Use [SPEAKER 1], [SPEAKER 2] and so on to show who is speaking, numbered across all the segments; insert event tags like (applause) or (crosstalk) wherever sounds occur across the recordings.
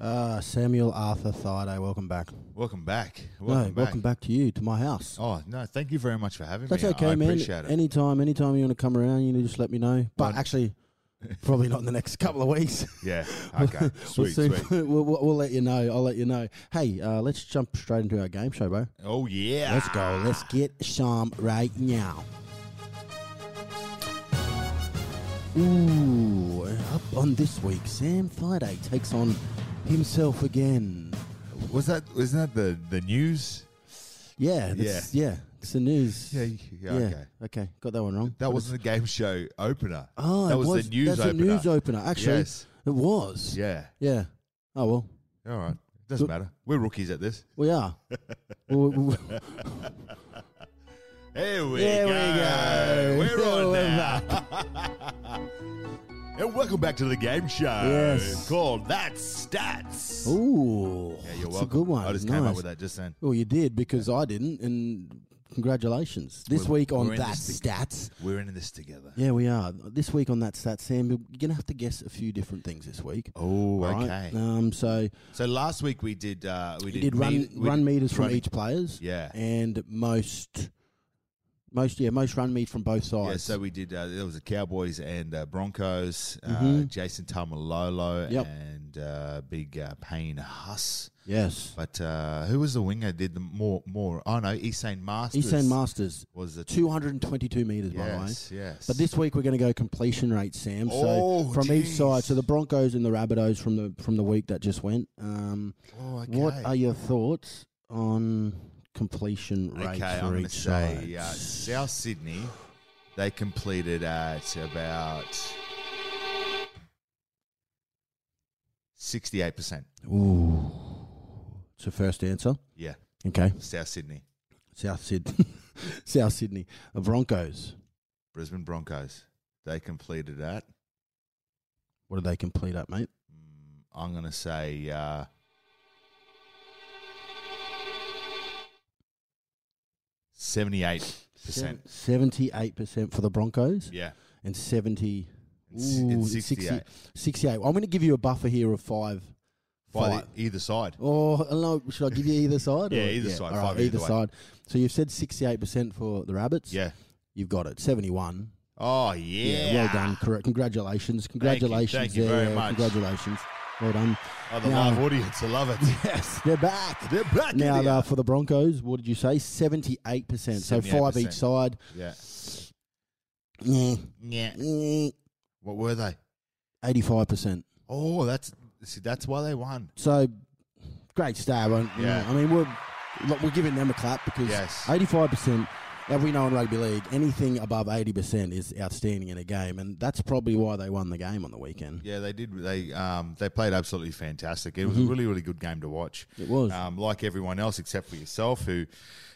[SPEAKER 1] Uh, Samuel Arthur Thaiday, welcome back.
[SPEAKER 2] Welcome back.
[SPEAKER 1] no, welcome back to you, to my house.
[SPEAKER 2] Oh no, thank you very much for having
[SPEAKER 1] That's
[SPEAKER 2] me.
[SPEAKER 1] okay,
[SPEAKER 2] I
[SPEAKER 1] man.
[SPEAKER 2] appreciate it.
[SPEAKER 1] Anytime, anytime you want to come around, you just let me know. But
[SPEAKER 2] Right. (laughs)
[SPEAKER 1] actually, probably not in the next couple of weeks. (laughs)
[SPEAKER 2] yeah. Okay.
[SPEAKER 1] We'll
[SPEAKER 2] Sweet.
[SPEAKER 1] see. (laughs)
[SPEAKER 2] sweet.
[SPEAKER 1] We'll, we'll, we'll let you know. I'll let you know. Hey, uh, let's jump straight into our game show, bro.
[SPEAKER 2] Oh yeah.
[SPEAKER 1] Let's go. Let's get some right now. Ooh, up on this week, Sam Friday takes on himself again.
[SPEAKER 2] Was that? Isn't that the the news?
[SPEAKER 1] Yeah, that's, yeah, It's the news.
[SPEAKER 2] Yeah, you- yeah, okay.
[SPEAKER 1] Okay, got that one wrong.
[SPEAKER 2] That wasn't the game show opener.
[SPEAKER 1] Oh,
[SPEAKER 2] that
[SPEAKER 1] it
[SPEAKER 2] was,
[SPEAKER 1] was
[SPEAKER 2] the news
[SPEAKER 1] That's
[SPEAKER 2] opener.
[SPEAKER 1] a news opener. Actually,
[SPEAKER 2] Yes.
[SPEAKER 1] it was.
[SPEAKER 2] Yeah.
[SPEAKER 1] Yeah. Oh well,
[SPEAKER 2] All right. Doesn't matter. We're rookies at this.
[SPEAKER 1] we
[SPEAKER 2] (laughs)
[SPEAKER 1] are. We- we-
[SPEAKER 2] Here we
[SPEAKER 1] There we go.
[SPEAKER 2] go. We're on
[SPEAKER 1] We're
[SPEAKER 2] now. (laughs) and welcome back to the game show.
[SPEAKER 1] Yes.
[SPEAKER 2] Called That Stats.
[SPEAKER 1] Ooh,
[SPEAKER 2] yeah,
[SPEAKER 1] it's
[SPEAKER 2] you're welcome.
[SPEAKER 1] a good one.
[SPEAKER 2] I just
[SPEAKER 1] nice.
[SPEAKER 2] came up with that just then.
[SPEAKER 1] Well, you did because I didn't, and congratulations. This
[SPEAKER 2] We're-
[SPEAKER 1] week on
[SPEAKER 2] we're in
[SPEAKER 1] that
[SPEAKER 2] this
[SPEAKER 1] stats.
[SPEAKER 2] We're in this together.
[SPEAKER 1] Yeah, we are. This week on that stats, Sam, you're gonna have to guess a few different things this week.
[SPEAKER 2] Oh,
[SPEAKER 1] All
[SPEAKER 2] okay.
[SPEAKER 1] right? Um, so
[SPEAKER 2] So last week we did uh, we
[SPEAKER 1] you
[SPEAKER 2] did,
[SPEAKER 1] did run
[SPEAKER 2] me- we
[SPEAKER 1] run
[SPEAKER 2] did
[SPEAKER 1] meters from
[SPEAKER 2] running.
[SPEAKER 1] each players.
[SPEAKER 2] Yeah.
[SPEAKER 1] And most, most yeah, most run meters from both sides.
[SPEAKER 2] Yeah, so we did. Uh, there was the Cowboys and uh, Broncos. Uh,
[SPEAKER 1] Mhm.
[SPEAKER 2] Jason Tamalolo
[SPEAKER 1] Yep.
[SPEAKER 2] and uh, Big uh, Payne Huss.
[SPEAKER 1] yes.
[SPEAKER 2] But uh, who was the winger? Did the more more? Oh no, Esain Masters.
[SPEAKER 1] Eastern Masters,
[SPEAKER 2] was the
[SPEAKER 1] 222 meters, by the way.
[SPEAKER 2] Yes, yes.
[SPEAKER 1] But this week we're going to go completion rate, Sam. So
[SPEAKER 2] Oh,
[SPEAKER 1] from each
[SPEAKER 2] geez.
[SPEAKER 1] side, so the Broncos and the Rabbitohs from the from the week that just went. Um,
[SPEAKER 2] Oh, okay.
[SPEAKER 1] What are your thoughts on completion rate
[SPEAKER 2] okay,
[SPEAKER 1] for
[SPEAKER 2] I'm going to
[SPEAKER 1] each
[SPEAKER 2] say
[SPEAKER 1] side?
[SPEAKER 2] uh, South Sydney. They completed at about sixty-eight percent.
[SPEAKER 1] Ooh, it's your first answer.
[SPEAKER 2] Yeah,
[SPEAKER 1] Okay,
[SPEAKER 2] South Sydney,
[SPEAKER 1] South Sydney, (laughs) South Sydney, the Broncos.
[SPEAKER 2] Brisbane Broncos. They completed at.
[SPEAKER 1] What did they complete at, mate?
[SPEAKER 2] mm, I'm going to say uh, seventy-eight percent.
[SPEAKER 1] Seventy-eight percent for the Broncos
[SPEAKER 2] Yeah,
[SPEAKER 1] and seventy.
[SPEAKER 2] It's-
[SPEAKER 1] Ooh,
[SPEAKER 2] it's
[SPEAKER 1] it's 60
[SPEAKER 2] 68.
[SPEAKER 1] 68. I'm going to give you a buffer here of five.
[SPEAKER 2] by
[SPEAKER 1] five.
[SPEAKER 2] the- either side.
[SPEAKER 1] Or I don't know, should I give you either side?
[SPEAKER 2] (laughs) Yeah,
[SPEAKER 1] or-
[SPEAKER 2] either
[SPEAKER 1] all
[SPEAKER 2] side,
[SPEAKER 1] right,
[SPEAKER 2] five
[SPEAKER 1] either
[SPEAKER 2] either way.
[SPEAKER 1] side. So you've said sixty-eight percent for the rabbits.
[SPEAKER 2] Yeah.
[SPEAKER 1] you've got it. Seventy-one.
[SPEAKER 2] Oh yeah.
[SPEAKER 1] well done. Correct. Congratulations.
[SPEAKER 2] you,
[SPEAKER 1] Congratulations.
[SPEAKER 2] thank you
[SPEAKER 1] there,
[SPEAKER 2] very
[SPEAKER 1] yeah,
[SPEAKER 2] much.
[SPEAKER 1] Congratulations. Well done.
[SPEAKER 2] Oh, the
[SPEAKER 1] Now-
[SPEAKER 2] live audience, I
[SPEAKER 1] (laughs)
[SPEAKER 2] love it.
[SPEAKER 1] Yes, they're back.
[SPEAKER 2] They're back.
[SPEAKER 1] now
[SPEAKER 2] in
[SPEAKER 1] uh,
[SPEAKER 2] here.
[SPEAKER 1] for the Broncos, what did you say? Seventy-eight percent. So five
[SPEAKER 2] 78%.
[SPEAKER 1] each side.
[SPEAKER 2] yeah,
[SPEAKER 1] Yeah.
[SPEAKER 2] yeah. What were they?
[SPEAKER 1] Eighty-five percent.
[SPEAKER 2] Oh, that's see, that's why they won.
[SPEAKER 1] So great stab. I,
[SPEAKER 2] Yeah.
[SPEAKER 1] I mean, we're look, we're giving them a clap because
[SPEAKER 2] Yes.
[SPEAKER 1] eighty-five percent. As we know in rugby league, anything above eighty percent is outstanding in a game, and that's probably why they won the game on the weekend.
[SPEAKER 2] Yeah, they did. They um they played absolutely fantastic. It was
[SPEAKER 1] Mm-hmm.
[SPEAKER 2] a really really good game to watch.
[SPEAKER 1] It was.
[SPEAKER 2] Um, like everyone else except for yourself, who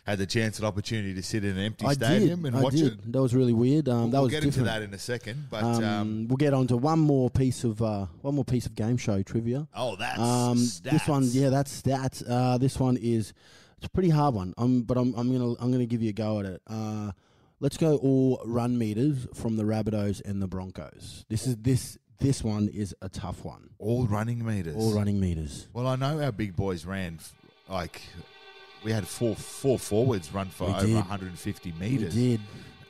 [SPEAKER 2] had the chance and opportunity to sit in an empty
[SPEAKER 1] I
[SPEAKER 2] stadium
[SPEAKER 1] did.
[SPEAKER 2] and
[SPEAKER 1] I
[SPEAKER 2] watch
[SPEAKER 1] did.
[SPEAKER 2] it.
[SPEAKER 1] That was really weird. Um, that
[SPEAKER 2] we'll
[SPEAKER 1] was
[SPEAKER 2] get
[SPEAKER 1] different.
[SPEAKER 2] into that in a second, but um,
[SPEAKER 1] Um, we'll get on to one more piece of uh, one more piece of game show trivia.
[SPEAKER 2] oh, that's
[SPEAKER 1] Um, this one,
[SPEAKER 2] stats.
[SPEAKER 1] yeah, that's stats. Uh, this one is it's a pretty hard one. Um, but I'm I'm gonna I'm gonna give you a go at it. Uh, let's go all run meters from the Rabbitohs and the Broncos. This is this this one is a tough one.
[SPEAKER 2] all running meters.
[SPEAKER 1] All running meters.
[SPEAKER 2] Well, I know our big boys ran f- like we had four four forwards run for
[SPEAKER 1] We
[SPEAKER 2] over
[SPEAKER 1] did.
[SPEAKER 2] 150 meters.
[SPEAKER 1] We did.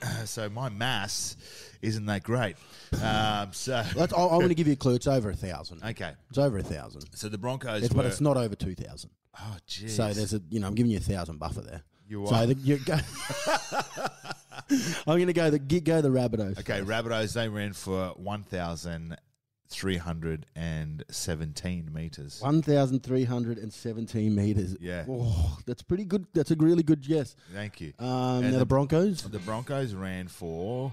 [SPEAKER 2] Uh, so my mass isn't that great.
[SPEAKER 1] (laughs)
[SPEAKER 2] Um, so
[SPEAKER 1] That's, I,
[SPEAKER 2] (laughs)
[SPEAKER 1] I want to give you a clue. It's over a thousand.
[SPEAKER 2] okay,
[SPEAKER 1] It's over a thousand.
[SPEAKER 2] so the Broncos
[SPEAKER 1] It's,
[SPEAKER 2] were.
[SPEAKER 1] but it's not over two thousand.
[SPEAKER 2] oh, jeez.
[SPEAKER 1] So there's a you know I'm giving you a thousand buffer there.
[SPEAKER 2] You
[SPEAKER 1] So
[SPEAKER 2] are.
[SPEAKER 1] the, you go. (laughs) I'm gonna go the gi- go the Rabbitohs.
[SPEAKER 2] okay, Rabbitohs they ran for 1,317 meters.
[SPEAKER 1] One thousand three hundred and seventeen meters.
[SPEAKER 2] Yeah.
[SPEAKER 1] Oh, that's pretty good. That's a really good guess.
[SPEAKER 2] Thank you.
[SPEAKER 1] Um,
[SPEAKER 2] And
[SPEAKER 1] now the,
[SPEAKER 2] the-
[SPEAKER 1] Broncos.
[SPEAKER 2] the Broncos ran for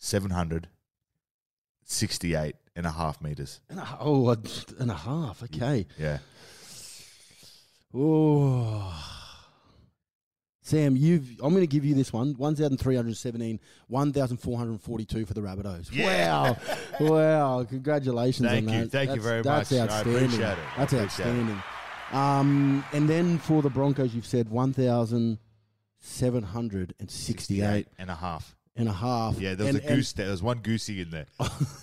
[SPEAKER 2] 1,768 and a half meters.
[SPEAKER 1] And a, oh, a- and a half. Okay.
[SPEAKER 2] Yeah.
[SPEAKER 1] Oh. Sam, you've. I'm going to give you this one. 1,317, 1,442 for the Rabbitohs.
[SPEAKER 2] Yeah.
[SPEAKER 1] Wow, wow! Congratulations
[SPEAKER 2] Thank
[SPEAKER 1] on
[SPEAKER 2] you.
[SPEAKER 1] that.
[SPEAKER 2] Thank you
[SPEAKER 1] That's-
[SPEAKER 2] very
[SPEAKER 1] that's
[SPEAKER 2] much. I
[SPEAKER 1] Outstanding.
[SPEAKER 2] appreciate it. I
[SPEAKER 1] That's
[SPEAKER 2] appreciate it.
[SPEAKER 1] outstanding. Um, and then for the Broncos, you've said 1,768
[SPEAKER 2] and a half.
[SPEAKER 1] and a half and a half.
[SPEAKER 2] Yeah, there was
[SPEAKER 1] and, Oh.
[SPEAKER 2] a goose. there. there was one
[SPEAKER 1] (laughs)
[SPEAKER 2] goosey in there.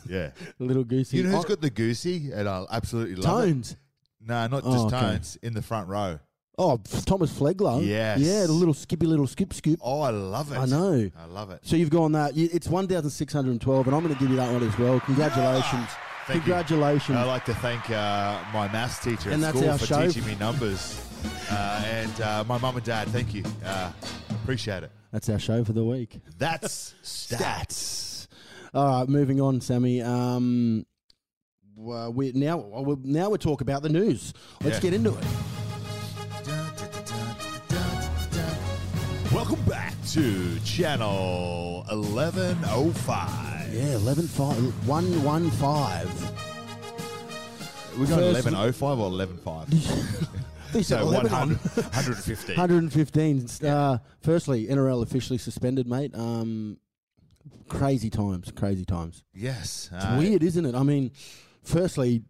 [SPEAKER 2] yeah,
[SPEAKER 1] and little goosey.
[SPEAKER 2] you know who's
[SPEAKER 1] Oh,
[SPEAKER 2] got the goosey? And I absolutely love it.
[SPEAKER 1] tones?
[SPEAKER 2] No, not just
[SPEAKER 1] Oh, okay.
[SPEAKER 2] tones in the front row.
[SPEAKER 1] Oh, f- Thomas Flegler.
[SPEAKER 2] Yes.
[SPEAKER 1] Yeah, the little skippy little skip scoop.
[SPEAKER 2] Oh, I love it.
[SPEAKER 1] I know.
[SPEAKER 2] I love it.
[SPEAKER 1] So you've gone that. You, it's 1,612, and I'm going to give you that one as well. Congratulations.
[SPEAKER 2] Ah, Thank you.
[SPEAKER 1] Congratulations.
[SPEAKER 2] I'd like to thank uh, my maths teacher
[SPEAKER 1] And
[SPEAKER 2] at
[SPEAKER 1] that's
[SPEAKER 2] school
[SPEAKER 1] our
[SPEAKER 2] for
[SPEAKER 1] show.
[SPEAKER 2] teaching me numbers, uh, and uh, my mum and dad. Thank you. Uh, appreciate it.
[SPEAKER 1] That's our show for the week.
[SPEAKER 2] That's stats.
[SPEAKER 1] All right, moving on, Sammy. Um, well, we now we now we talk about the news. Let's
[SPEAKER 2] Yeah.
[SPEAKER 1] get into it.
[SPEAKER 2] Welcome back to Channel 1105.
[SPEAKER 1] Yeah, 11 5, 115.
[SPEAKER 2] We got
[SPEAKER 1] First-
[SPEAKER 2] 1105 or 115?
[SPEAKER 1] So
[SPEAKER 2] so 100,
[SPEAKER 1] 100,
[SPEAKER 2] 150.
[SPEAKER 1] 115. Uh, firstly, NRL officially suspended, mate. Um, crazy times, crazy times.
[SPEAKER 2] Yes.
[SPEAKER 1] It's
[SPEAKER 2] uh,
[SPEAKER 1] weird, isn't it? I mean, firstly,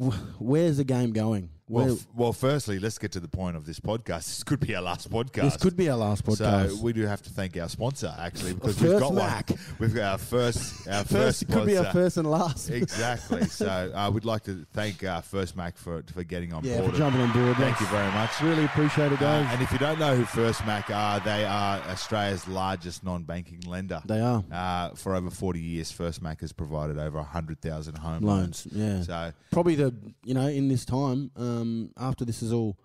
[SPEAKER 1] wh- where's the game going? Where,
[SPEAKER 2] Well, f- well, firstly, let's get to the point of this podcast. This could be our last podcast.
[SPEAKER 1] this could be our last podcast.
[SPEAKER 2] So we do have to thank our sponsor actually because
[SPEAKER 1] First
[SPEAKER 2] we've got
[SPEAKER 1] Mac.
[SPEAKER 2] one. We've got
[SPEAKER 1] (laughs)
[SPEAKER 2] our first, our first, uh,
[SPEAKER 1] first, it could be our
[SPEAKER 2] sponsor.
[SPEAKER 1] first and last.
[SPEAKER 2] Exactly. so I would like to thank uh, First Mac for for getting on
[SPEAKER 1] Yeah,
[SPEAKER 2] board.
[SPEAKER 1] for jumping on board.
[SPEAKER 2] Thank
[SPEAKER 1] That's-
[SPEAKER 2] you very much.
[SPEAKER 1] Really appreciate it, guys.
[SPEAKER 2] Uh, and if you don't know who First Mac are, they are Australia's largest non-banking lender.
[SPEAKER 1] they are
[SPEAKER 2] Uh, for over 40 years, First Mac has provided over 100,000 home
[SPEAKER 1] loans. Yeah,
[SPEAKER 2] So
[SPEAKER 1] probably the you know in this time um, after this has all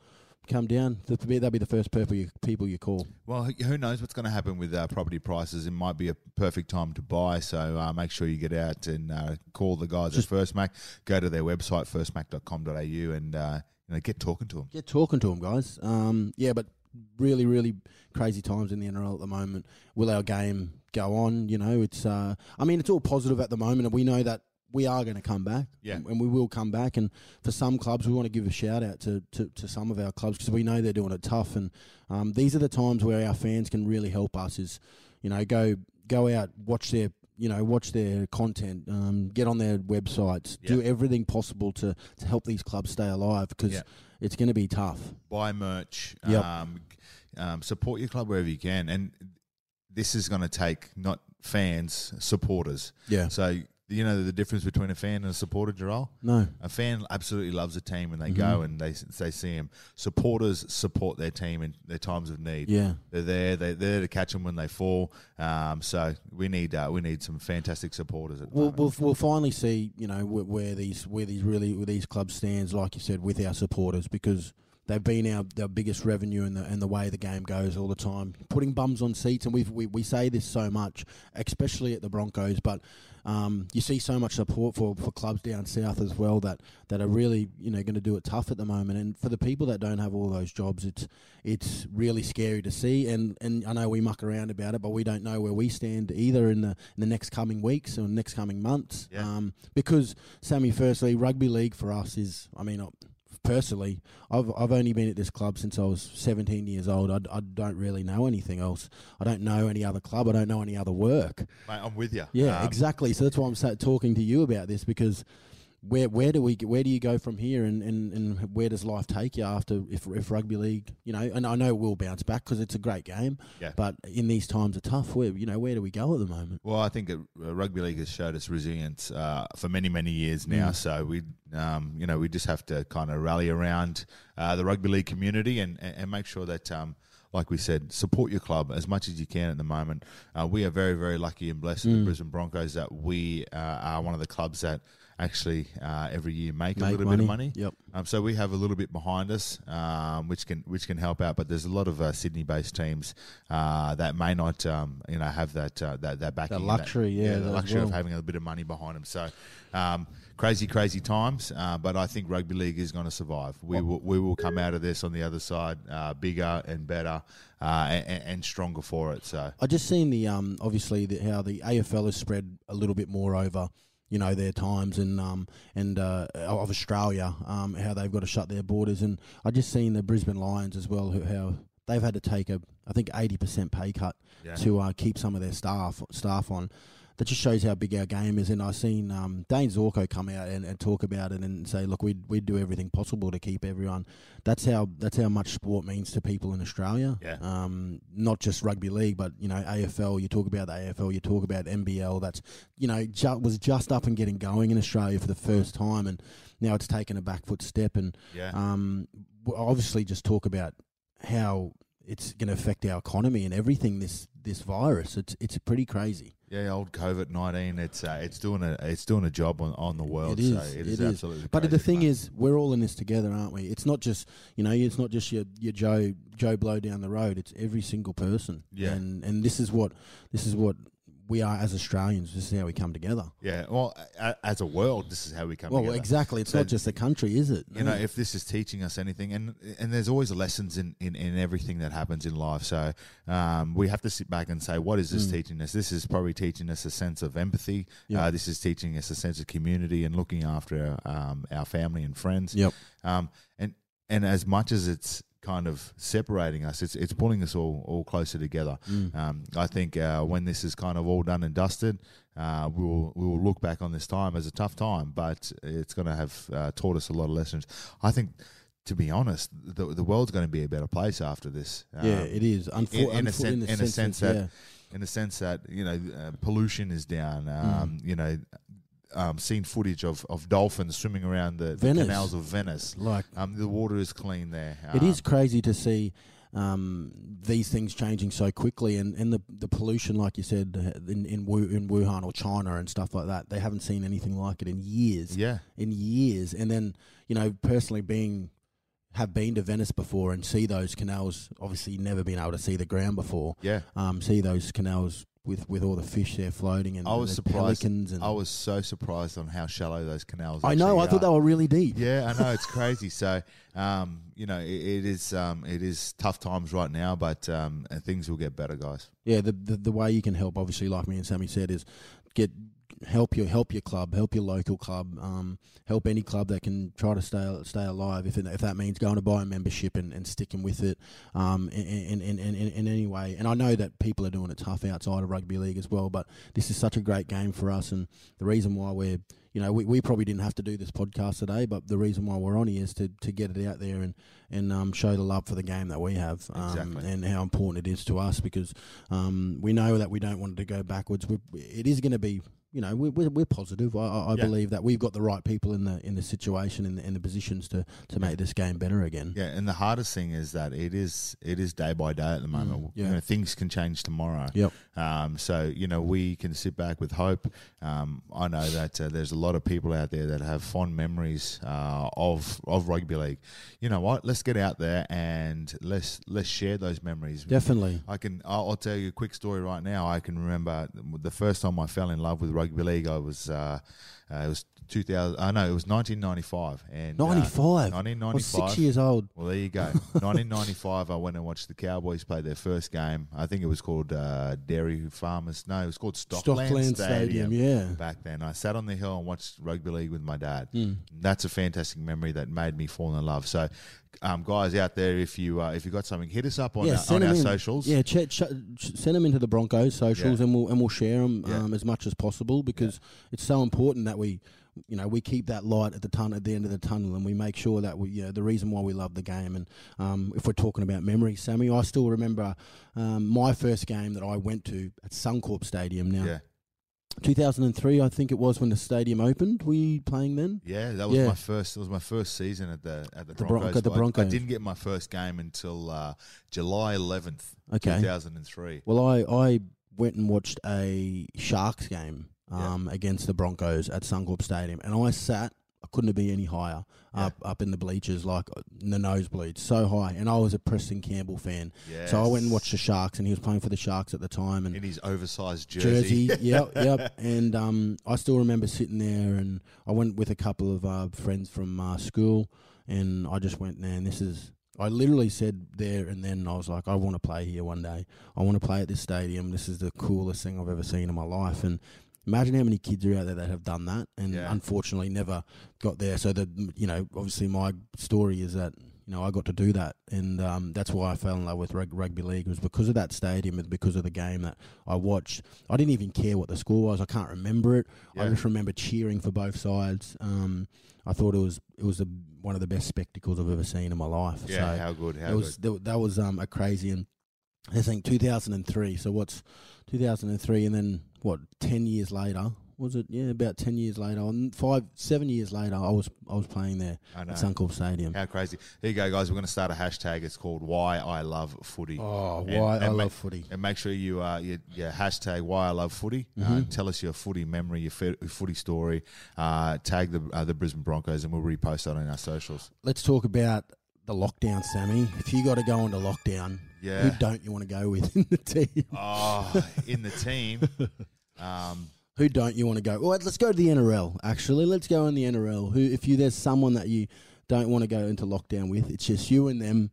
[SPEAKER 1] come down, th- they'll be the first people you, people you call.
[SPEAKER 2] Well, who- who knows what's going to happen with uh, property prices? It might be a perfect time to buy, so uh, make sure you get out and uh, call the guys
[SPEAKER 1] Just-
[SPEAKER 2] at First Mac. Go to their website, firstmac.com.au, and uh, you know get talking to them.
[SPEAKER 1] Get talking to them, guys. Um, yeah, but really, really crazy times in the NRL at the moment. Will our game go on? You know, it's. Uh, I mean, it's all positive at the moment, and we know that we are going to come back.
[SPEAKER 2] Yeah.
[SPEAKER 1] and and we will come back. And for some clubs, we want to give a shout out to to, to some of our clubs because we know they're doing it tough. And um, these are the times where our fans can really help us. Is you know go go out watch their you know watch their content, um, get on their websites, do everything possible to to help these clubs stay alive because
[SPEAKER 2] Yeah.
[SPEAKER 1] it's going to be tough.
[SPEAKER 2] Buy merch,
[SPEAKER 1] Yep.
[SPEAKER 2] um, um, support your club wherever you can, and this is going to take not fans, supporters.
[SPEAKER 1] Yeah.
[SPEAKER 2] So you know the difference between a fan and a supporter, Gerald.
[SPEAKER 1] No.
[SPEAKER 2] A fan absolutely loves a team when they
[SPEAKER 1] Mm-hmm.
[SPEAKER 2] go and they they see him. Supporters support their team in their times of need.
[SPEAKER 1] Yeah.
[SPEAKER 2] They're there. They, they're there to catch them when they fall. Um, so we need uh, we need some fantastic supporters. At the
[SPEAKER 1] We'll,
[SPEAKER 2] moment.
[SPEAKER 1] we'll we'll finally see you know where, where these where these really where these clubs stands like you said with our supporters because they've been our, our biggest revenue and the and the way the game goes all the time putting bums on seats and we've, we we say this so much especially at the Broncos but um, you see so much support for, for clubs down south as well that, that are really you know going to do it tough at the moment and for the people that don't have all those jobs it's it's really scary to see and, and I know we muck around about it but we don't know where we stand either in the in the next coming weeks or next coming months
[SPEAKER 2] Yeah.
[SPEAKER 1] um, because Sammy firstly rugby league for us is I mean I- personally I've I've only been at this club since I was 17 years old I, I don't really know anything else I don't know any other club I don't know any other work
[SPEAKER 2] Mate, I'm with you.
[SPEAKER 1] yeah,
[SPEAKER 2] Um,
[SPEAKER 1] exactly. So that's why I'm sa- talking to you about this because where where do we g- where do you go from here, and, and, and where does life take you after if if rugby league, you know? And I know it will bounce back because it's a great game.
[SPEAKER 2] Yeah.
[SPEAKER 1] But in these times are tough. Where you know where do we go at the moment?
[SPEAKER 2] Well, I think uh, rugby league has showed us resilience uh, for many, many years
[SPEAKER 1] Mm.
[SPEAKER 2] now. So we, um, you know, we just have to kind of rally around uh, the rugby league community and, and and make sure that, um, like we said, support your club as much as you can at the moment. Uh, we are very, very lucky and blessed
[SPEAKER 1] Mm.
[SPEAKER 2] with the Brisbane Broncos that we uh, are one of the clubs that actually uh, every year make, a
[SPEAKER 1] Make
[SPEAKER 2] little bit
[SPEAKER 1] money.
[SPEAKER 2] of money.
[SPEAKER 1] Yep.
[SPEAKER 2] Um, so we have a little bit behind us, um, which can which can help out. But there's a lot of uh, Sydney-based teams uh, that may not, um, you know, have that uh, that that backing,
[SPEAKER 1] That
[SPEAKER 2] and
[SPEAKER 1] luxury, yeah, that
[SPEAKER 2] the
[SPEAKER 1] as
[SPEAKER 2] luxury of
[SPEAKER 1] well.
[SPEAKER 2] having a bit of money behind them. So um, crazy, crazy times. Uh, but I think rugby league is going to survive. We will, we will come out of this on the other side uh, bigger and better uh, and, and stronger for it. So
[SPEAKER 1] I just seen the um obviously the, how the AFL has spread a little bit more over you know their times and um and uh, of Australia um how they've got to shut their borders and I just seen the Brisbane Lions as well who how they've had to take a I think eighty percent pay cut
[SPEAKER 2] Yeah.
[SPEAKER 1] to uh, keep some of their staff staff on. that just shows how big our game is. And I've seen um, Dane Zorco come out and, and talk about it and say, look, we'd, we'd do everything possible to keep everyone. That's how that's how much sport means to people in Australia.
[SPEAKER 2] Yeah.
[SPEAKER 1] Um, not just rugby league, but you know AFL. You talk about the AFL. You talk about NBL. That's you know ju- was just up and getting going in Australia for the first time, and now it's taken a back foot step. And
[SPEAKER 2] Yeah.
[SPEAKER 1] um, we'll obviously just talk about how it's going to affect our economy and everything. This this virus, it's it's pretty crazy.
[SPEAKER 2] Yeah, old COVID nineteen. It's uh, it's doing a it's doing a job on, on the world.
[SPEAKER 1] It is,
[SPEAKER 2] so it is,
[SPEAKER 1] it is.
[SPEAKER 2] absolutely.
[SPEAKER 1] But the
[SPEAKER 2] crazy,
[SPEAKER 1] thing
[SPEAKER 2] mate.
[SPEAKER 1] is, we're all in this together, aren't we? It's not just you know, it's not just your, your Joe Joe Blow down the road. It's every single person.
[SPEAKER 2] Yeah.
[SPEAKER 1] And and this is what this is what we are as Australians. This is how we come together.
[SPEAKER 2] yeah. Well, a, a- as a world, this is how we come
[SPEAKER 1] Well,
[SPEAKER 2] together.
[SPEAKER 1] exactly. It's
[SPEAKER 2] So-
[SPEAKER 1] not just the country, is it?
[SPEAKER 2] you know if this is teaching us anything and and there's always lessons in in, in everything that happens in life so um, we have to sit back and say what is this teaching us this is probably teaching us a sense of empathy
[SPEAKER 1] Mm. Yeah.
[SPEAKER 2] uh, this is teaching us a sense of community and looking after our, um, our family and friends
[SPEAKER 1] Yep.
[SPEAKER 2] um, and and as much as it's kind of separating us, it's it's pulling us all all closer together.
[SPEAKER 1] Mm.
[SPEAKER 2] Um, I think uh, when this is kind of all done and dusted, uh, we will we will look back on this time as a tough time, but it's going to have uh, taught us a lot of lessons. I think. To be honest, the, the world's going to be a better place after this.
[SPEAKER 1] yeah,
[SPEAKER 2] Um,
[SPEAKER 1] it is. Unfor-
[SPEAKER 2] in, in, a
[SPEAKER 1] unfor-
[SPEAKER 2] sen-
[SPEAKER 1] the
[SPEAKER 2] in a sense that
[SPEAKER 1] yeah.
[SPEAKER 2] in the sense that you know uh, pollution is down.
[SPEAKER 1] Mm.
[SPEAKER 2] Um, You know, um, seen footage of, of dolphins swimming around the, the
[SPEAKER 1] Venice.
[SPEAKER 2] canals of Venice.
[SPEAKER 1] like
[SPEAKER 2] Um, the water is clean there. Um,
[SPEAKER 1] It is crazy to see um, these things changing so quickly, and, and the, the pollution, like you said, uh, in in, Wu, in Wuhan or China and stuff like that. They haven't seen anything like it in years,
[SPEAKER 2] Yeah,
[SPEAKER 1] in years. And then you know, personally being have been to Venice before and see those canals. Obviously, never been able to see the ground before.
[SPEAKER 2] yeah.
[SPEAKER 1] Um, see those canals with, with all the fish there floating and
[SPEAKER 2] I was
[SPEAKER 1] the
[SPEAKER 2] surprised.
[SPEAKER 1] pelicans and
[SPEAKER 2] I was so surprised on how shallow those canals.
[SPEAKER 1] I know. I
[SPEAKER 2] actually
[SPEAKER 1] thought they
[SPEAKER 2] are.
[SPEAKER 1] were really deep.
[SPEAKER 2] Yeah, I know it's crazy. So, um, you know, it, it is um, it is tough times right now, but um, and things will get better, guys.
[SPEAKER 1] Yeah, the, the the way you can help, obviously, like me and Sammy said, is get help your help your club, help your local club, um, help any club that can try to stay stay alive. If it, if that means going to buy a membership and, and sticking with it, um, in, in, in, in, in any way. And I know that people are doing it tough outside of rugby league as well, but this is such a great game for us, and the reason why we're you know, we, we probably didn't have to do this podcast today, but the reason why we're on here is to, to get it out there and, and um, show the love for the game that we have um,
[SPEAKER 2] Exactly.
[SPEAKER 1] and how important it is to us because um, we know that we don't want it to go backwards. We, it is going to be, you know, we, we're, we're positive. I, I I
[SPEAKER 2] Yeah.
[SPEAKER 1] believe that we've got the right people in the in the situation and the, in the positions to, to make this game better again.
[SPEAKER 2] Yeah, and the hardest thing is that it is it is day by day at the moment.
[SPEAKER 1] Mm, yeah.
[SPEAKER 2] You know, things can change tomorrow.
[SPEAKER 1] Yep.
[SPEAKER 2] Um, so you know, we can sit back with hope. Um, I know that uh, there's a lot of people out there that have fond memories uh, of of rugby league. You know what? Let's get out there and let's let's share those memories.
[SPEAKER 1] Definitely.
[SPEAKER 2] I can. I'll, I'll tell you a quick story right now. I can remember the first time I fell in love with rugby league. I was. Uh, uh, it was 2000. I uh, know it was 1995 and uh,
[SPEAKER 1] 95. I was
[SPEAKER 2] 1995.
[SPEAKER 1] six years old.
[SPEAKER 2] Well, there you go. 1995, I went and watched the Cowboys play their first game. I think it was called uh, Dairy Farmers. No, it was called Stockland,
[SPEAKER 1] Stockland
[SPEAKER 2] Stadium.
[SPEAKER 1] Stadium, yeah.
[SPEAKER 2] Back then, I sat on the hill and watched rugby league with my dad.
[SPEAKER 1] Hmm.
[SPEAKER 2] That's a fantastic memory that made me fall in love. So, um, guys out there, if you uh, if you got something, hit us up on our, on
[SPEAKER 1] them
[SPEAKER 2] our
[SPEAKER 1] in.
[SPEAKER 2] socials.
[SPEAKER 1] Yeah, ch- ch- ch- send them into the Broncos socials,
[SPEAKER 2] Yeah.
[SPEAKER 1] and we'll and we'll share them
[SPEAKER 2] Yeah.
[SPEAKER 1] um, as much as possible because it's so important that we, you know, we keep that light at the tun- at the end of the tunnel, and we make sure that we, you know, the reason why we love the game, and um, if we're talking about memories, Sammy, I still remember um, my first game that I went to at Suncorp Stadium. Now,
[SPEAKER 2] yeah,
[SPEAKER 1] 2003, I think it was when the stadium opened. Were you playing then?
[SPEAKER 2] Yeah, That was
[SPEAKER 1] Yeah.
[SPEAKER 2] my first. That was my first season at the at the,
[SPEAKER 1] The Bron-
[SPEAKER 2] Broncos.
[SPEAKER 1] at the
[SPEAKER 2] but I- I,
[SPEAKER 1] Broncos.
[SPEAKER 2] didn't get my first game until uh, July 11th,
[SPEAKER 1] Okay.
[SPEAKER 2] 2003.
[SPEAKER 1] Well, I, I went and watched a Sharks game um, against the Broncos at Suncorp Stadium, and I sat. I couldn't be any higher up up in the bleachers, like uh, in the nosebleeds, so high. And I was a Preston Campbell fan, so I went and
[SPEAKER 2] Yes.
[SPEAKER 1] watched the Sharks, and he was playing for the Sharks at the time, and
[SPEAKER 2] in his oversized
[SPEAKER 1] jersey.
[SPEAKER 2] (laughs)
[SPEAKER 1] yep, yep. And um, I still remember sitting there, and I went with a couple of uh, friends from uh, school, and I just went, man, this is. I literally said there and then I was like, I want to play here one day. I want to play at this stadium. This is the coolest thing I've ever seen in my life. And imagine how many kids are out there that have done that and
[SPEAKER 2] Yeah.
[SPEAKER 1] unfortunately never got there. So the you know obviously my story is that you know, I got to do that, and um, that's why I fell in love with rug- rugby league. was because of that stadium and because of the game that I watched. I didn't even care what the score was. I can't remember it. I
[SPEAKER 2] Yeah.
[SPEAKER 1] just remember cheering for both sides. Um, I thought it was it was a, one of the best spectacles I've ever seen in my life.
[SPEAKER 2] (laughs) Yeah,
[SPEAKER 1] so
[SPEAKER 2] how good, how
[SPEAKER 1] it was
[SPEAKER 2] good.
[SPEAKER 1] that, that was um, a crazy and I think 2003. So what's 2003 and then what? Ten years later was it? Yeah, about ten years later, on five, seven years later, I was I was playing there
[SPEAKER 2] I know.
[SPEAKER 1] at Suncorp Stadium.
[SPEAKER 2] How crazy. Here you go, guys. We're going to start a hashtag. It's called Why I Love Footy.
[SPEAKER 1] Oh,
[SPEAKER 2] And-
[SPEAKER 1] why
[SPEAKER 2] and
[SPEAKER 1] I
[SPEAKER 2] ma-
[SPEAKER 1] love footy.
[SPEAKER 2] And make sure you, uh, you, you hashtag Why I Love Footy. Uh,
[SPEAKER 1] Mm-hmm.
[SPEAKER 2] and tell us your footy memory, your fe- footy story. Uh, tag the uh, the Brisbane Broncos, and we'll repost that on our
[SPEAKER 1] (laughs)
[SPEAKER 2] socials.
[SPEAKER 1] Let's talk about the lockdown, Sammy. If you got to go into lockdown, who
[SPEAKER 2] Yeah.
[SPEAKER 1] don't you want to go with in the team?
[SPEAKER 2] Oh, in the team. Um,
[SPEAKER 1] Who don't you want to go? Well, let's go to the NRL. Actually, let's go in the NRL. Who, if you there's someone that you don't want to go into lockdown with, it's just you and them,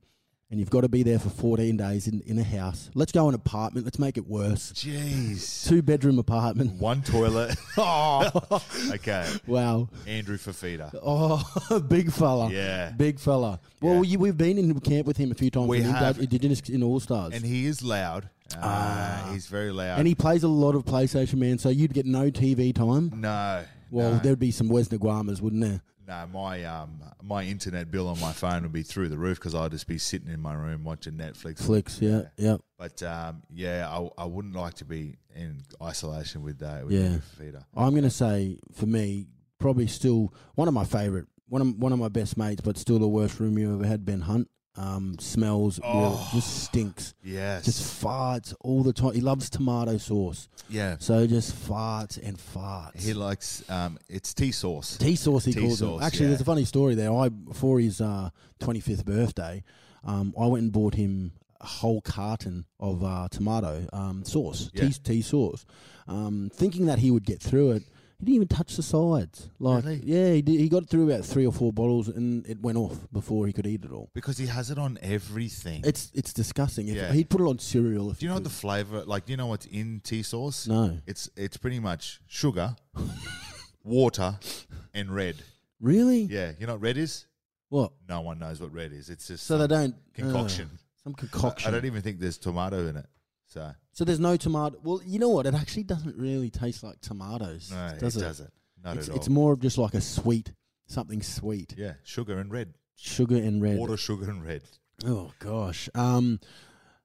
[SPEAKER 1] and you've got to be there for 14 days in, in a house. Let's go an apartment. Let's make it worse.
[SPEAKER 2] jeez.
[SPEAKER 1] Two bedroom apartment. (laughs)
[SPEAKER 2] One toilet. (laughs) oh, okay.
[SPEAKER 1] Wow.
[SPEAKER 2] Andrew Fafita.
[SPEAKER 1] Oh, (laughs) big fella.
[SPEAKER 2] Yeah.
[SPEAKER 1] Big fella. Well,
[SPEAKER 2] Yeah.
[SPEAKER 1] you, we've been in camp with him a few times.
[SPEAKER 2] We
[SPEAKER 1] and he does-
[SPEAKER 2] have.
[SPEAKER 1] He did it in All Stars.
[SPEAKER 2] And he is loud. Uh, he's very loud.
[SPEAKER 1] Ah. And he plays a lot of PlayStation Man, so you'd get no TV time.
[SPEAKER 2] no.
[SPEAKER 1] Well,
[SPEAKER 2] no.
[SPEAKER 1] there'd be some Wes Naguamas, wouldn't there?
[SPEAKER 2] No, my um, my internet bill on my phone would be through the roof because I'd just be sitting in my room watching Netflix.
[SPEAKER 1] Flicks, yeah, yeah.
[SPEAKER 2] But um, yeah, I, I wouldn't like to be in isolation with uh, with
[SPEAKER 1] Yeah.
[SPEAKER 2] yeah. Feeder.
[SPEAKER 1] I'm going to say for me, probably still one of my favorite, one of one of my best mates, but still the worst room you ever had. Ben Hunt um, smells, real, just stinks,
[SPEAKER 2] Yes.
[SPEAKER 1] just farts all the time. He loves tomato sauce,
[SPEAKER 2] yeah.
[SPEAKER 1] so just farts and farts.
[SPEAKER 2] He likes um, it's tea sauce.
[SPEAKER 1] Tea sauce, he
[SPEAKER 2] Tea
[SPEAKER 1] calls
[SPEAKER 2] sauce,
[SPEAKER 1] it. Actually,
[SPEAKER 2] yeah.
[SPEAKER 1] there's a funny story there. I for his uh, 25th birthday, um, I went and bought him a whole carton of uh, tomato um, sauce,
[SPEAKER 2] Yeah.
[SPEAKER 1] tea, tea sauce, um, thinking that he would get through it. He didn't even touch the sides. Like,
[SPEAKER 2] Really?
[SPEAKER 1] yeah, he, did, he got through about three or four bottles, and it went off before he could eat it all.
[SPEAKER 2] because he has it on everything.
[SPEAKER 1] It's it's disgusting. If
[SPEAKER 2] Yeah.
[SPEAKER 1] he'd put it on cereal. If
[SPEAKER 2] do you know
[SPEAKER 1] he
[SPEAKER 2] what the flavor? Like, do you know what's in tea sauce?
[SPEAKER 1] could. no,
[SPEAKER 2] It's it's pretty much sugar, water, and red.
[SPEAKER 1] really?
[SPEAKER 2] Yeah, you know what red is?
[SPEAKER 1] What?
[SPEAKER 2] No one knows what red is. It's just
[SPEAKER 1] So they don't uh,
[SPEAKER 2] concoction.
[SPEAKER 1] some
[SPEAKER 2] I-
[SPEAKER 1] concoction.
[SPEAKER 2] I don't even think there's tomato in it. So
[SPEAKER 1] So there's no tomato. Well, you know what? It actually doesn't really taste like tomatoes.
[SPEAKER 2] no,
[SPEAKER 1] does
[SPEAKER 2] it,
[SPEAKER 1] it?
[SPEAKER 2] doesn't. Not
[SPEAKER 1] It's,
[SPEAKER 2] at all.
[SPEAKER 1] it's more of just like a sweet, something sweet,
[SPEAKER 2] yeah, sugar and red,
[SPEAKER 1] sugar and red.
[SPEAKER 2] water, sugar and red.
[SPEAKER 1] Oh gosh. Um,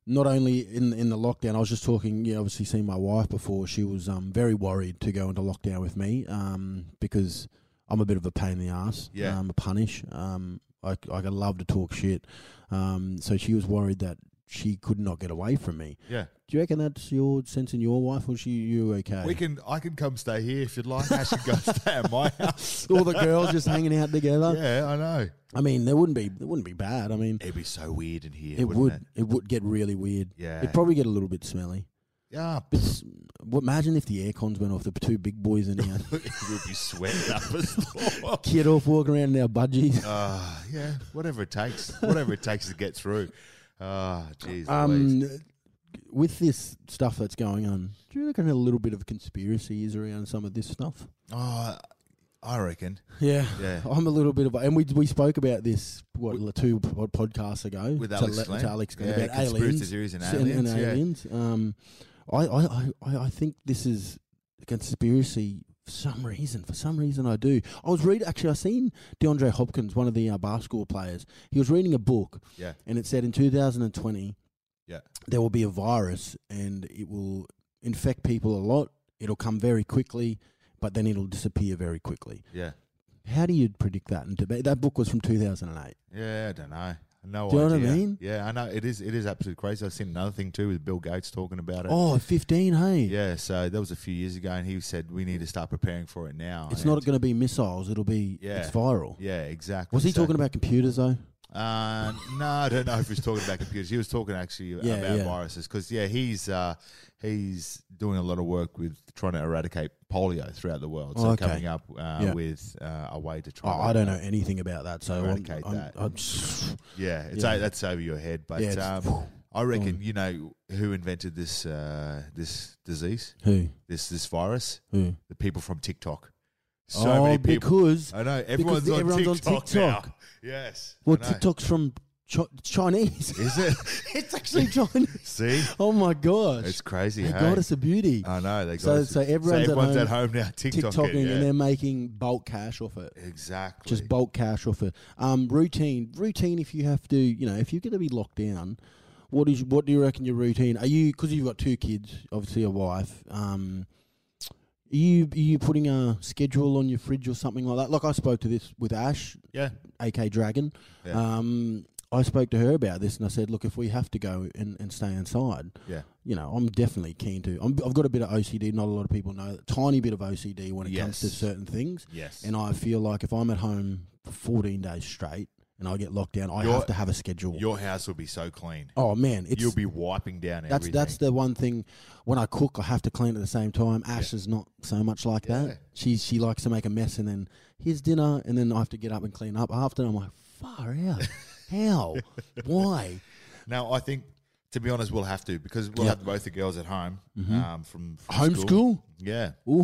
[SPEAKER 1] not only in in the lockdown, I was just talking. You know, obviously seen my wife before. She was um very worried to go into lockdown with me. Um, because I'm a bit of a pain in the ass.
[SPEAKER 2] Yeah.
[SPEAKER 1] I'm a punish. Um, I I love to talk shit. Um, so she was worried that she could not get away from me.
[SPEAKER 2] Yeah,
[SPEAKER 1] Do you reckon that's your sense in your wife, or she you okay?
[SPEAKER 2] we can. I can come stay here if you'd like.
[SPEAKER 1] (laughs)
[SPEAKER 2] I should go stay at my house.
[SPEAKER 1] all the girls just hanging out (laughs) together.
[SPEAKER 2] Yeah, I know.
[SPEAKER 1] I mean, there wouldn't be it wouldn't be bad. I mean,
[SPEAKER 2] It'd be so weird in here.
[SPEAKER 1] it
[SPEAKER 2] wouldn't
[SPEAKER 1] would
[SPEAKER 2] It?
[SPEAKER 1] it? would get really weird.
[SPEAKER 2] Yeah.
[SPEAKER 1] It'd probably get a little bit smelly.
[SPEAKER 2] yeah. (laughs)
[SPEAKER 1] But s- w- imagine if the aircons went off, the two big boys in
[SPEAKER 2] (laughs)
[SPEAKER 1] here. (laughs)
[SPEAKER 2] we'd be sweating up a storm.
[SPEAKER 1] Kid off walking around in our budgies.
[SPEAKER 2] Uh, yeah, whatever it takes, whatever it takes to get through. Ah, jeez. Louise.
[SPEAKER 1] Um, with this stuff that's going on, do you reckon a little bit of conspiracy is around some of this stuff?
[SPEAKER 2] oh, I reckon.
[SPEAKER 1] Yeah,
[SPEAKER 2] Yeah.
[SPEAKER 1] I'm a little bit of, and we we spoke about this what two po- podcasts ago
[SPEAKER 2] With
[SPEAKER 1] to
[SPEAKER 2] Alex
[SPEAKER 1] Le-
[SPEAKER 2] Glenn.
[SPEAKER 1] to Alex Glenn
[SPEAKER 2] Yeah,
[SPEAKER 1] about
[SPEAKER 2] conspiracy
[SPEAKER 1] aliens,
[SPEAKER 2] theories and
[SPEAKER 1] s-
[SPEAKER 2] aliens, yeah.
[SPEAKER 1] aliens. Um, I, I, I- I, I think this is a conspiracy for some reason. For some reason, I do. I was reading actually. I seen DeAndre Hopkins, one of the uh, basketball players. He was reading a book,
[SPEAKER 2] Yeah.
[SPEAKER 1] and it said in 2020
[SPEAKER 2] Yeah.
[SPEAKER 1] there will be a virus and it will infect people a lot. It'll come very quickly, but then it'll disappear very quickly.
[SPEAKER 2] Yeah.
[SPEAKER 1] How do you predict that? And debate? That book was from 2008.
[SPEAKER 2] Yeah, I don't know. No
[SPEAKER 1] Do you know
[SPEAKER 2] idea.
[SPEAKER 1] what I mean?
[SPEAKER 2] Yeah, I know it is. It is absolutely crazy. I've seen another thing too with Bill Gates talking about it.
[SPEAKER 1] Oh, 15, hey?
[SPEAKER 2] Yeah, so that was a few years ago, and he said we need to start preparing for it now.
[SPEAKER 1] It's
[SPEAKER 2] And-
[SPEAKER 1] not going to be missiles. It'll be
[SPEAKER 2] Yeah.
[SPEAKER 1] it's viral.
[SPEAKER 2] Yeah, exactly.
[SPEAKER 1] Was he
[SPEAKER 2] So-
[SPEAKER 1] talking about computers though?
[SPEAKER 2] Uh, no, I don't know if he's talking about computers. He was talking actually
[SPEAKER 1] Yeah,
[SPEAKER 2] about
[SPEAKER 1] yeah.
[SPEAKER 2] viruses because yeah, he's uh, he's doing a lot of work with trying to eradicate polio throughout the world. So
[SPEAKER 1] Oh, okay.
[SPEAKER 2] coming up uh,
[SPEAKER 1] Yeah.
[SPEAKER 2] with uh, a way to try.
[SPEAKER 1] Oh,
[SPEAKER 2] to-
[SPEAKER 1] I don't know anything about that. So I'm,
[SPEAKER 2] Eradicate
[SPEAKER 1] I'm-
[SPEAKER 2] that.
[SPEAKER 1] I'm-
[SPEAKER 2] Yeah, it's
[SPEAKER 1] Yeah.
[SPEAKER 2] o- that's over your head, but
[SPEAKER 1] Yeah, it's-
[SPEAKER 2] um, I reckon you know who invented this uh, this disease,
[SPEAKER 1] who
[SPEAKER 2] this this virus.
[SPEAKER 1] who?
[SPEAKER 2] The people from TikTok. So
[SPEAKER 1] oh,
[SPEAKER 2] many people.
[SPEAKER 1] because
[SPEAKER 2] I know everyone's,
[SPEAKER 1] because
[SPEAKER 2] on,
[SPEAKER 1] everyone's
[SPEAKER 2] TikTok
[SPEAKER 1] on TikTok.
[SPEAKER 2] now. Yes.
[SPEAKER 1] well,
[SPEAKER 2] I know.
[SPEAKER 1] TikTok's from Ch-
[SPEAKER 2] (laughs)
[SPEAKER 1] Chinese. (laughs)
[SPEAKER 2] is it?
[SPEAKER 1] it's actually Chinese.
[SPEAKER 2] (laughs)
[SPEAKER 1] (laughs)
[SPEAKER 2] See,
[SPEAKER 1] Oh my gosh,
[SPEAKER 2] it's crazy.
[SPEAKER 1] they
[SPEAKER 2] Hey? Uh,
[SPEAKER 1] got us a beauty.
[SPEAKER 2] I know they got
[SPEAKER 1] So-
[SPEAKER 2] us.
[SPEAKER 1] so everyone's at
[SPEAKER 2] everyone's
[SPEAKER 1] home
[SPEAKER 2] at home, now (laughs) TikToking.
[SPEAKER 1] TikToking,
[SPEAKER 2] yeah.
[SPEAKER 1] and they're making bulk cash off it.
[SPEAKER 2] exactly.
[SPEAKER 1] Just bulk cash off it. Um, routine, routine. If you have to, you know, if you're going to be locked down, what is what do you reckon your routine? Are you because you've got two kids, obviously a wife. Um, are you are you putting a schedule on your fridge or something like that? Like I spoke to this with Ash,
[SPEAKER 2] yeah.
[SPEAKER 1] AK Dragon.
[SPEAKER 2] Yeah.
[SPEAKER 1] Um, I spoke to her about this and I said, look, if we have to go and, and stay inside,
[SPEAKER 2] Yeah.
[SPEAKER 1] you know, I'm definitely keen to. I'm, I've got a bit of OCD. Not a lot of people know that. Tiny bit of OCD when it comes to
[SPEAKER 2] Yes.
[SPEAKER 1] certain things.
[SPEAKER 2] Yes.
[SPEAKER 1] And I feel like if I'm at home for 14 days straight and I get locked down, I
[SPEAKER 2] Your-
[SPEAKER 1] have to have a schedule.
[SPEAKER 2] Your house will be so clean.
[SPEAKER 1] oh man, it's
[SPEAKER 2] You'll be wiping down
[SPEAKER 1] that's
[SPEAKER 2] everything.
[SPEAKER 1] that's the one thing. When I cook, I have to clean at the same time. Ash is not so much like
[SPEAKER 2] Yeah.
[SPEAKER 1] that. She she likes to make a mess and then here's dinner and then I have to get up and clean up after. I'm like, far
[SPEAKER 2] (laughs)
[SPEAKER 1] out. How? Why?
[SPEAKER 2] Now, I think, to be honest, we'll have to because we'll
[SPEAKER 1] Yep.
[SPEAKER 2] have both the girls at home
[SPEAKER 1] Mm-hmm.
[SPEAKER 2] um, from, from School.
[SPEAKER 1] Homeschool?
[SPEAKER 2] Yeah,
[SPEAKER 1] Ooh, (laughs)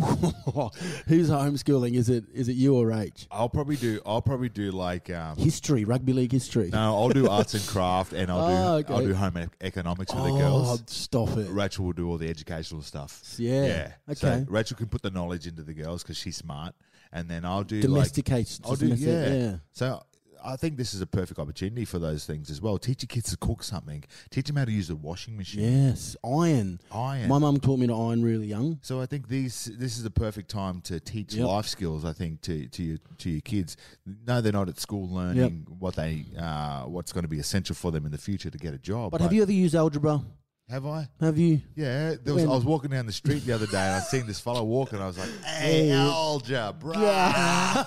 [SPEAKER 1] who's homeschooling? Is it is it you or H?
[SPEAKER 2] I'll probably do. I'll probably do like. Um,
[SPEAKER 1] History, rugby league history.
[SPEAKER 2] no, I'll do arts and craft, and
[SPEAKER 1] (laughs)
[SPEAKER 2] I'll do.
[SPEAKER 1] Ah, okay.
[SPEAKER 2] I'll do home ec- economics with
[SPEAKER 1] oh,
[SPEAKER 2] the girls.
[SPEAKER 1] stop it.
[SPEAKER 2] Rachel will do all the educational stuff.
[SPEAKER 1] Yeah.
[SPEAKER 2] So
[SPEAKER 1] Okay.
[SPEAKER 2] Rachel can put the knowledge into the girls because she's smart, and then I'll do
[SPEAKER 1] Domesticates.
[SPEAKER 2] Like, I'll do
[SPEAKER 1] domestic-
[SPEAKER 2] yeah.
[SPEAKER 1] yeah.
[SPEAKER 2] So I think this is a perfect opportunity for those things as well. Teach your kids to cook something. Teach them how to use a washing machine,
[SPEAKER 1] Yes, iron.
[SPEAKER 2] iron.
[SPEAKER 1] My mum taught me to iron really young.
[SPEAKER 2] So I think these this is the perfect time to teach
[SPEAKER 1] Yep.
[SPEAKER 2] life skills. I think to to your to your kids. No, they're not at school learning what they uh, what's going to be essential for them in the future to get a job.
[SPEAKER 1] But have you ever used algebra?
[SPEAKER 2] Have I?
[SPEAKER 1] Have you?
[SPEAKER 2] Yeah, there was, I
[SPEAKER 1] When-
[SPEAKER 2] was walking down the street the other day and I seen this fellow walking. I was
[SPEAKER 1] (laughs)
[SPEAKER 2] like, "Hey,
[SPEAKER 1] Hey.
[SPEAKER 2] Alger, bro."
[SPEAKER 1] (laughs)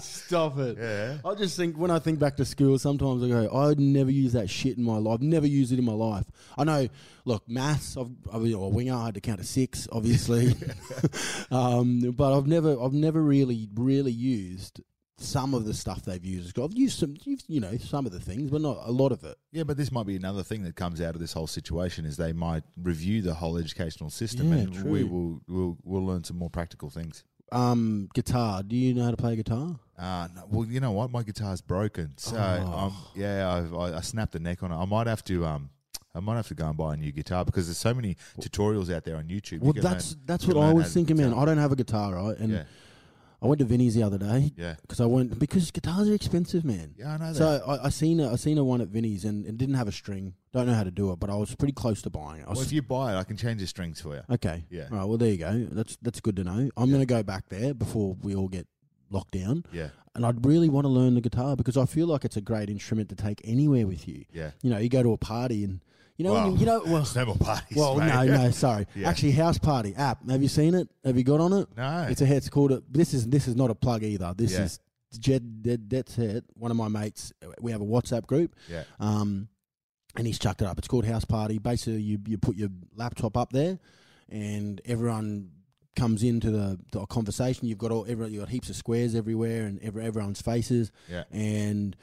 [SPEAKER 1] Stop it.
[SPEAKER 2] Yeah.
[SPEAKER 1] I just think when I think back to school, sometimes I go, I'd never use that shit in my life. Never use it in my life. I know. Look, maths. I've, I was a winger. I had to count to six, (laughs) obviously. um, but I've never, I've never really, really used some of the stuff they've used. I've used some, you've- you know, some of the things, but not a lot of it.
[SPEAKER 2] Yeah, but this might be another thing that comes out of this whole situation is they might review the whole educational system,
[SPEAKER 1] Yeah,
[SPEAKER 2] and
[SPEAKER 1] true.
[SPEAKER 2] we will we'll, we'll learn some more practical things.
[SPEAKER 1] Um, guitar. Do you know how to play guitar?
[SPEAKER 2] Uh, no, well, you know what? My guitar's broken, so
[SPEAKER 1] Oh.
[SPEAKER 2] um, yeah, I've, I, I snapped the neck on it. I might have to um, I might have to go and buy a new guitar because there's so many tutorials out there on YouTube. You
[SPEAKER 1] Well,
[SPEAKER 2] can
[SPEAKER 1] that's
[SPEAKER 2] learn-
[SPEAKER 1] that's
[SPEAKER 2] you
[SPEAKER 1] what
[SPEAKER 2] can
[SPEAKER 1] I
[SPEAKER 2] learn
[SPEAKER 1] was
[SPEAKER 2] how to
[SPEAKER 1] thinking, man.
[SPEAKER 2] guitar.
[SPEAKER 1] I don't have a guitar, right? And
[SPEAKER 2] Yeah.
[SPEAKER 1] I went to Vinny's the other day
[SPEAKER 2] Yeah,
[SPEAKER 1] because I went because guitars are expensive, man.
[SPEAKER 2] yeah, I know that.
[SPEAKER 1] So I, I seen a, I seen a one at Vinny's and it didn't have a string. Don't know how to do it, but I was pretty close to buying it. I
[SPEAKER 2] well,
[SPEAKER 1] was-
[SPEAKER 2] if you buy it, I can change the strings for you.
[SPEAKER 1] okay,
[SPEAKER 2] Yeah.
[SPEAKER 1] All right. Well, there you go. That's that's good to know. I'm gonna go back there before we all get locked down,
[SPEAKER 2] Yeah,
[SPEAKER 1] and I'd really want to learn the guitar because I feel like it's a great instrument to take anywhere with you.
[SPEAKER 2] yeah.
[SPEAKER 1] You know, you go to a party and you know when
[SPEAKER 2] Well,
[SPEAKER 1] you, you know
[SPEAKER 2] (laughs)
[SPEAKER 1] well.
[SPEAKER 2] It's no more parties.
[SPEAKER 1] Well,
[SPEAKER 2] mate.
[SPEAKER 1] no, no, sorry.
[SPEAKER 2] Yeah.
[SPEAKER 1] Actually, House Party app. Have you seen it? Have you got on it?
[SPEAKER 2] (laughs) no.
[SPEAKER 1] It's a it's called a, this is this is not a plug either. This
[SPEAKER 2] Yeah.
[SPEAKER 1] is Jed Dead That's it. One of my mates we have a WhatsApp group.
[SPEAKER 2] Yeah.
[SPEAKER 1] Um and he's chucked it up. It's called House Party. Basically you you put your laptop up there and everyone comes into the, the conversation. You've got all everyone you got heaps of squares everywhere and every, everyone's faces
[SPEAKER 2] Yeah.
[SPEAKER 1] and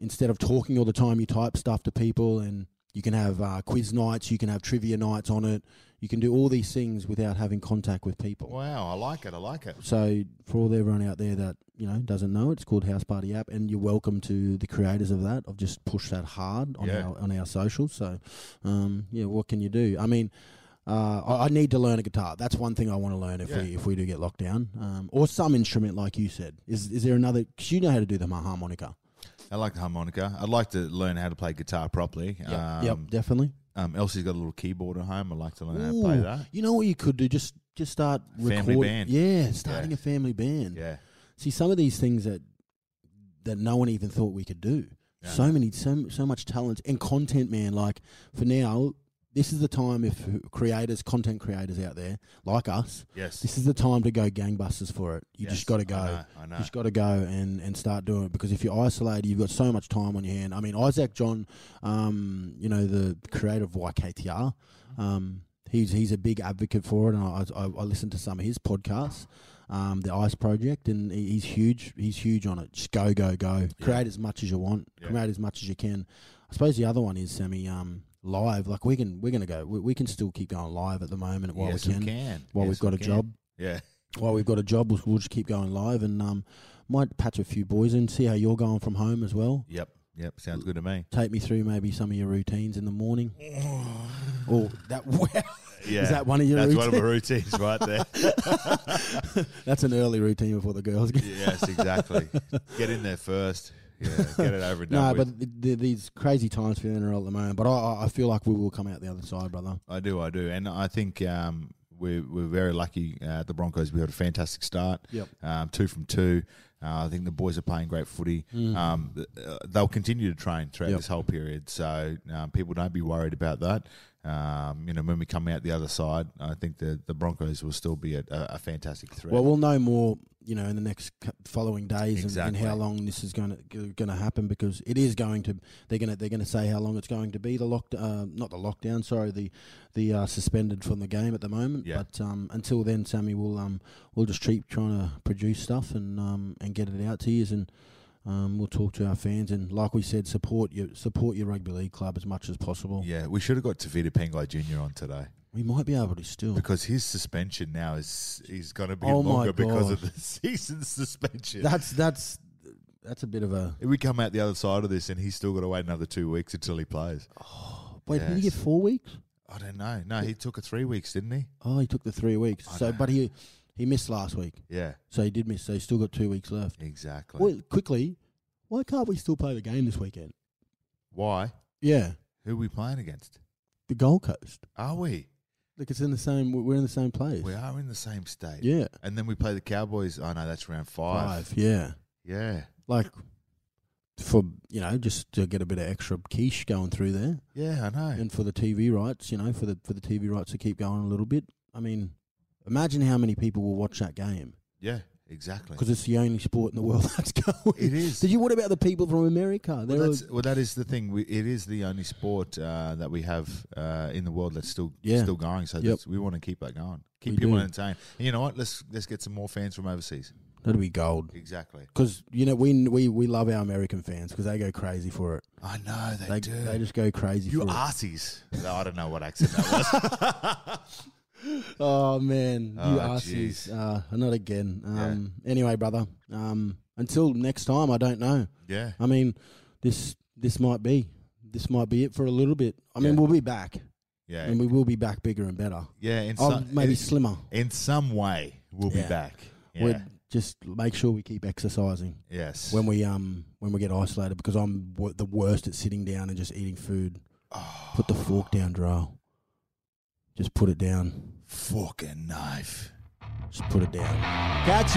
[SPEAKER 1] instead of talking all the time, you type stuff to people, and you can have uh, quiz nights, you can have trivia nights on it, you can do all these things without having contact with people.
[SPEAKER 2] Wow, I like it. I like it.
[SPEAKER 1] So for all everyone out there that you know doesn't know, it's called House Party App, and you're welcome to the creators of that. I've just pushed that hard on
[SPEAKER 2] Yeah.
[SPEAKER 1] our on our socials. So um, yeah, what can you do? I mean. Uh, I, I need to learn a guitar. That's one thing I want to learn if
[SPEAKER 2] Yeah.
[SPEAKER 1] we if we do get locked down, um, or some instrument like you said. Is is there another? Because you know how to do the harmonica.
[SPEAKER 2] I like the harmonica. I'd like to learn how to play guitar properly. Um,
[SPEAKER 1] yep, definitely.
[SPEAKER 2] um, Elsie's got a little keyboard at home. I'd like to learn how to play
[SPEAKER 1] Ooh,
[SPEAKER 2] that.
[SPEAKER 1] You know what you could do? Just just start
[SPEAKER 2] Family
[SPEAKER 1] recording.
[SPEAKER 2] band.
[SPEAKER 1] Yeah, starting
[SPEAKER 2] Yeah.
[SPEAKER 1] a family band.
[SPEAKER 2] Yeah.
[SPEAKER 1] See some of these things that that no one even thought we could do.
[SPEAKER 2] Yeah.
[SPEAKER 1] So many, so so much talent and content, man. Like for now, this is the time if creators, content creators out there like us,
[SPEAKER 2] Yes.
[SPEAKER 1] this is the time to go gangbusters for it. You
[SPEAKER 2] Yes,
[SPEAKER 1] just got to go.
[SPEAKER 2] I know. I know.
[SPEAKER 1] You just got to go and, and start doing it because if you're isolated, you've got so much time on your hand. I mean, Isaac John, um, you know, the creator of YKTR, um, he's he's a big advocate for it, and I, I, I listened to some of his podcasts, um, the Ice Project, and he- he's huge. He's huge on it. Just go, go, go. Create as much as you want.
[SPEAKER 2] Yeah.
[SPEAKER 1] Create as much as you can. I suppose the other one is semi um, live. Like we can we're gonna go. We, we can still keep going live at the moment while
[SPEAKER 2] yes,
[SPEAKER 1] we can.
[SPEAKER 2] we can.
[SPEAKER 1] While
[SPEAKER 2] Yes,
[SPEAKER 1] we've got
[SPEAKER 2] we
[SPEAKER 1] a
[SPEAKER 2] can.
[SPEAKER 1] job.
[SPEAKER 2] Yeah.
[SPEAKER 1] while we've got a job, we'll, we'll just keep going live and um, might patch a few boys in, see how you're going from home as well.
[SPEAKER 2] Yep. Yep. Sounds good to me.
[SPEAKER 1] Take me through maybe some of your routines in the morning.
[SPEAKER 2] (sighs)
[SPEAKER 1] oh, that (laughs) wow. (laughs)
[SPEAKER 2] Yeah.
[SPEAKER 1] Is that one of your
[SPEAKER 2] That's
[SPEAKER 1] routines?
[SPEAKER 2] one of my routines right
[SPEAKER 1] (laughs)
[SPEAKER 2] there.
[SPEAKER 1] That's an early routine before the girls
[SPEAKER 2] (laughs)
[SPEAKER 1] get.
[SPEAKER 2] yes, exactly. Get in there first. Yeah.
[SPEAKER 1] (laughs)
[SPEAKER 2] Get it over and
[SPEAKER 1] No,
[SPEAKER 2] done with.
[SPEAKER 1] but th- th- these crazy times for the NRL at the moment. But I- I, I feel like we will come out the other side, brother.
[SPEAKER 2] I do, I do, and I think um, we're we're very lucky uh, at the Broncos. We had a fantastic start.
[SPEAKER 1] Yep.
[SPEAKER 2] um, two from two. Uh, I think the boys are playing great footy. Um, th- uh, they'll continue to train throughout
[SPEAKER 1] Mm. Yep.
[SPEAKER 2] this whole period, so um, people don't be worried about that. Um, you know, when we come out the other side, I think the the Broncos will still be a, a, a fantastic threat.
[SPEAKER 1] Well, we'll know more, you know, in the next cou- following days and-
[SPEAKER 2] Exactly.
[SPEAKER 1] and, how long this is going to going to happen because it is going to they're going to they're going to say how long it's going to be the locked uh, not the lockdown sorry the the uh, suspended from the game at the moment.
[SPEAKER 2] Yeah.
[SPEAKER 1] But um, until then, Sammy, we'll um we'll just keep trying to produce stuff and um and get it out to you and. Um, we'll talk to our fans and, like we said, support your support your rugby league club as much as possible.
[SPEAKER 2] yeah, we should have got Tavita Pengai Junior on today
[SPEAKER 1] We might be able to
[SPEAKER 2] (laughs)
[SPEAKER 1] still.
[SPEAKER 2] because his suspension now is is going to be
[SPEAKER 1] Oh my
[SPEAKER 2] longer because
[SPEAKER 1] God.
[SPEAKER 2] of the (laughs) season suspension.
[SPEAKER 1] That's that's that's a bit of a
[SPEAKER 2] If we come out the other side of this and he's still got to wait another two weeks until he plays.
[SPEAKER 1] wait. Did he
[SPEAKER 2] Yes.
[SPEAKER 1] get four weeks?
[SPEAKER 2] I don't know. No, he took a three weeks, didn't he?
[SPEAKER 1] Oh, he took the three weeks.
[SPEAKER 2] I
[SPEAKER 1] so,
[SPEAKER 2] know.
[SPEAKER 1] but he he missed last week,
[SPEAKER 2] Yeah,
[SPEAKER 1] so he did miss. So he's still got two weeks left.
[SPEAKER 2] exactly.
[SPEAKER 1] Well, quickly, why can't we still play the game this weekend?
[SPEAKER 2] Why?
[SPEAKER 1] Yeah,
[SPEAKER 2] Who are we playing against?
[SPEAKER 1] the Gold Coast.
[SPEAKER 2] Are we?
[SPEAKER 1] Look, it's in the same. we- We're in the same place.
[SPEAKER 2] We are in the same state.
[SPEAKER 1] yeah,
[SPEAKER 2] And then we play the Cowboys. Oh no, that's round five.
[SPEAKER 1] five. Yeah,
[SPEAKER 2] Yeah.
[SPEAKER 1] like for you know just to get a bit of extra quiche going through there,
[SPEAKER 2] Yeah, I know.
[SPEAKER 1] and for the TV rights, you know, for the for the TV rights to keep going a little bit. I mean, imagine how many people will watch that game
[SPEAKER 2] yeah, exactly.
[SPEAKER 1] because it's the only sport in the world (laughs) that's going.
[SPEAKER 2] It is.
[SPEAKER 1] Did you? What about the people from America? They're
[SPEAKER 2] well, that's, well, that is the thing. We, it is the only sport uh, that we have uh, in the world that's still
[SPEAKER 1] Yeah.
[SPEAKER 2] still going. So
[SPEAKER 1] Yep.
[SPEAKER 2] that's, we want to keep that going. Keep
[SPEAKER 1] We
[SPEAKER 2] people
[SPEAKER 1] do.
[SPEAKER 2] entertained. And you know what? Let's let's get some more fans from overseas.
[SPEAKER 1] That'd be gold.
[SPEAKER 2] Exactly.
[SPEAKER 1] Because you know we we we love our American fans because they go crazy for it.
[SPEAKER 2] I know they,
[SPEAKER 1] They
[SPEAKER 2] do.
[SPEAKER 1] they just go crazy
[SPEAKER 2] you
[SPEAKER 1] for
[SPEAKER 2] arsies. No, I don't know what accent that was. (laughs)
[SPEAKER 1] it. Oh man, you
[SPEAKER 2] Oh,
[SPEAKER 1] arses.
[SPEAKER 2] jeez.
[SPEAKER 1] Uh, not again. Um, Anyway, brother. Um, until next time, I don't know.
[SPEAKER 2] yeah.
[SPEAKER 1] I mean, this this might be this might be it for a little bit. I mean,
[SPEAKER 2] Yeah.
[SPEAKER 1] we'll be back,
[SPEAKER 2] Yeah.
[SPEAKER 1] and we will be back bigger and better.
[SPEAKER 2] yeah. In
[SPEAKER 1] Oh,
[SPEAKER 2] some,
[SPEAKER 1] maybe
[SPEAKER 2] in,
[SPEAKER 1] slimmer.
[SPEAKER 2] in some way, we'll
[SPEAKER 1] Yeah.
[SPEAKER 2] be back. Yeah.
[SPEAKER 1] We'd just make sure we keep exercising
[SPEAKER 2] yes.
[SPEAKER 1] when we um when we get isolated because I'm w- the worst at sitting down and just eating food.
[SPEAKER 2] Oh,
[SPEAKER 1] Put the fork down, Darrell. Just put it down.
[SPEAKER 2] fork and knife.
[SPEAKER 1] Just put it down. Catch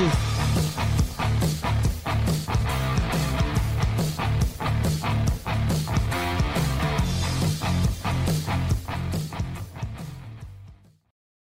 [SPEAKER 1] you.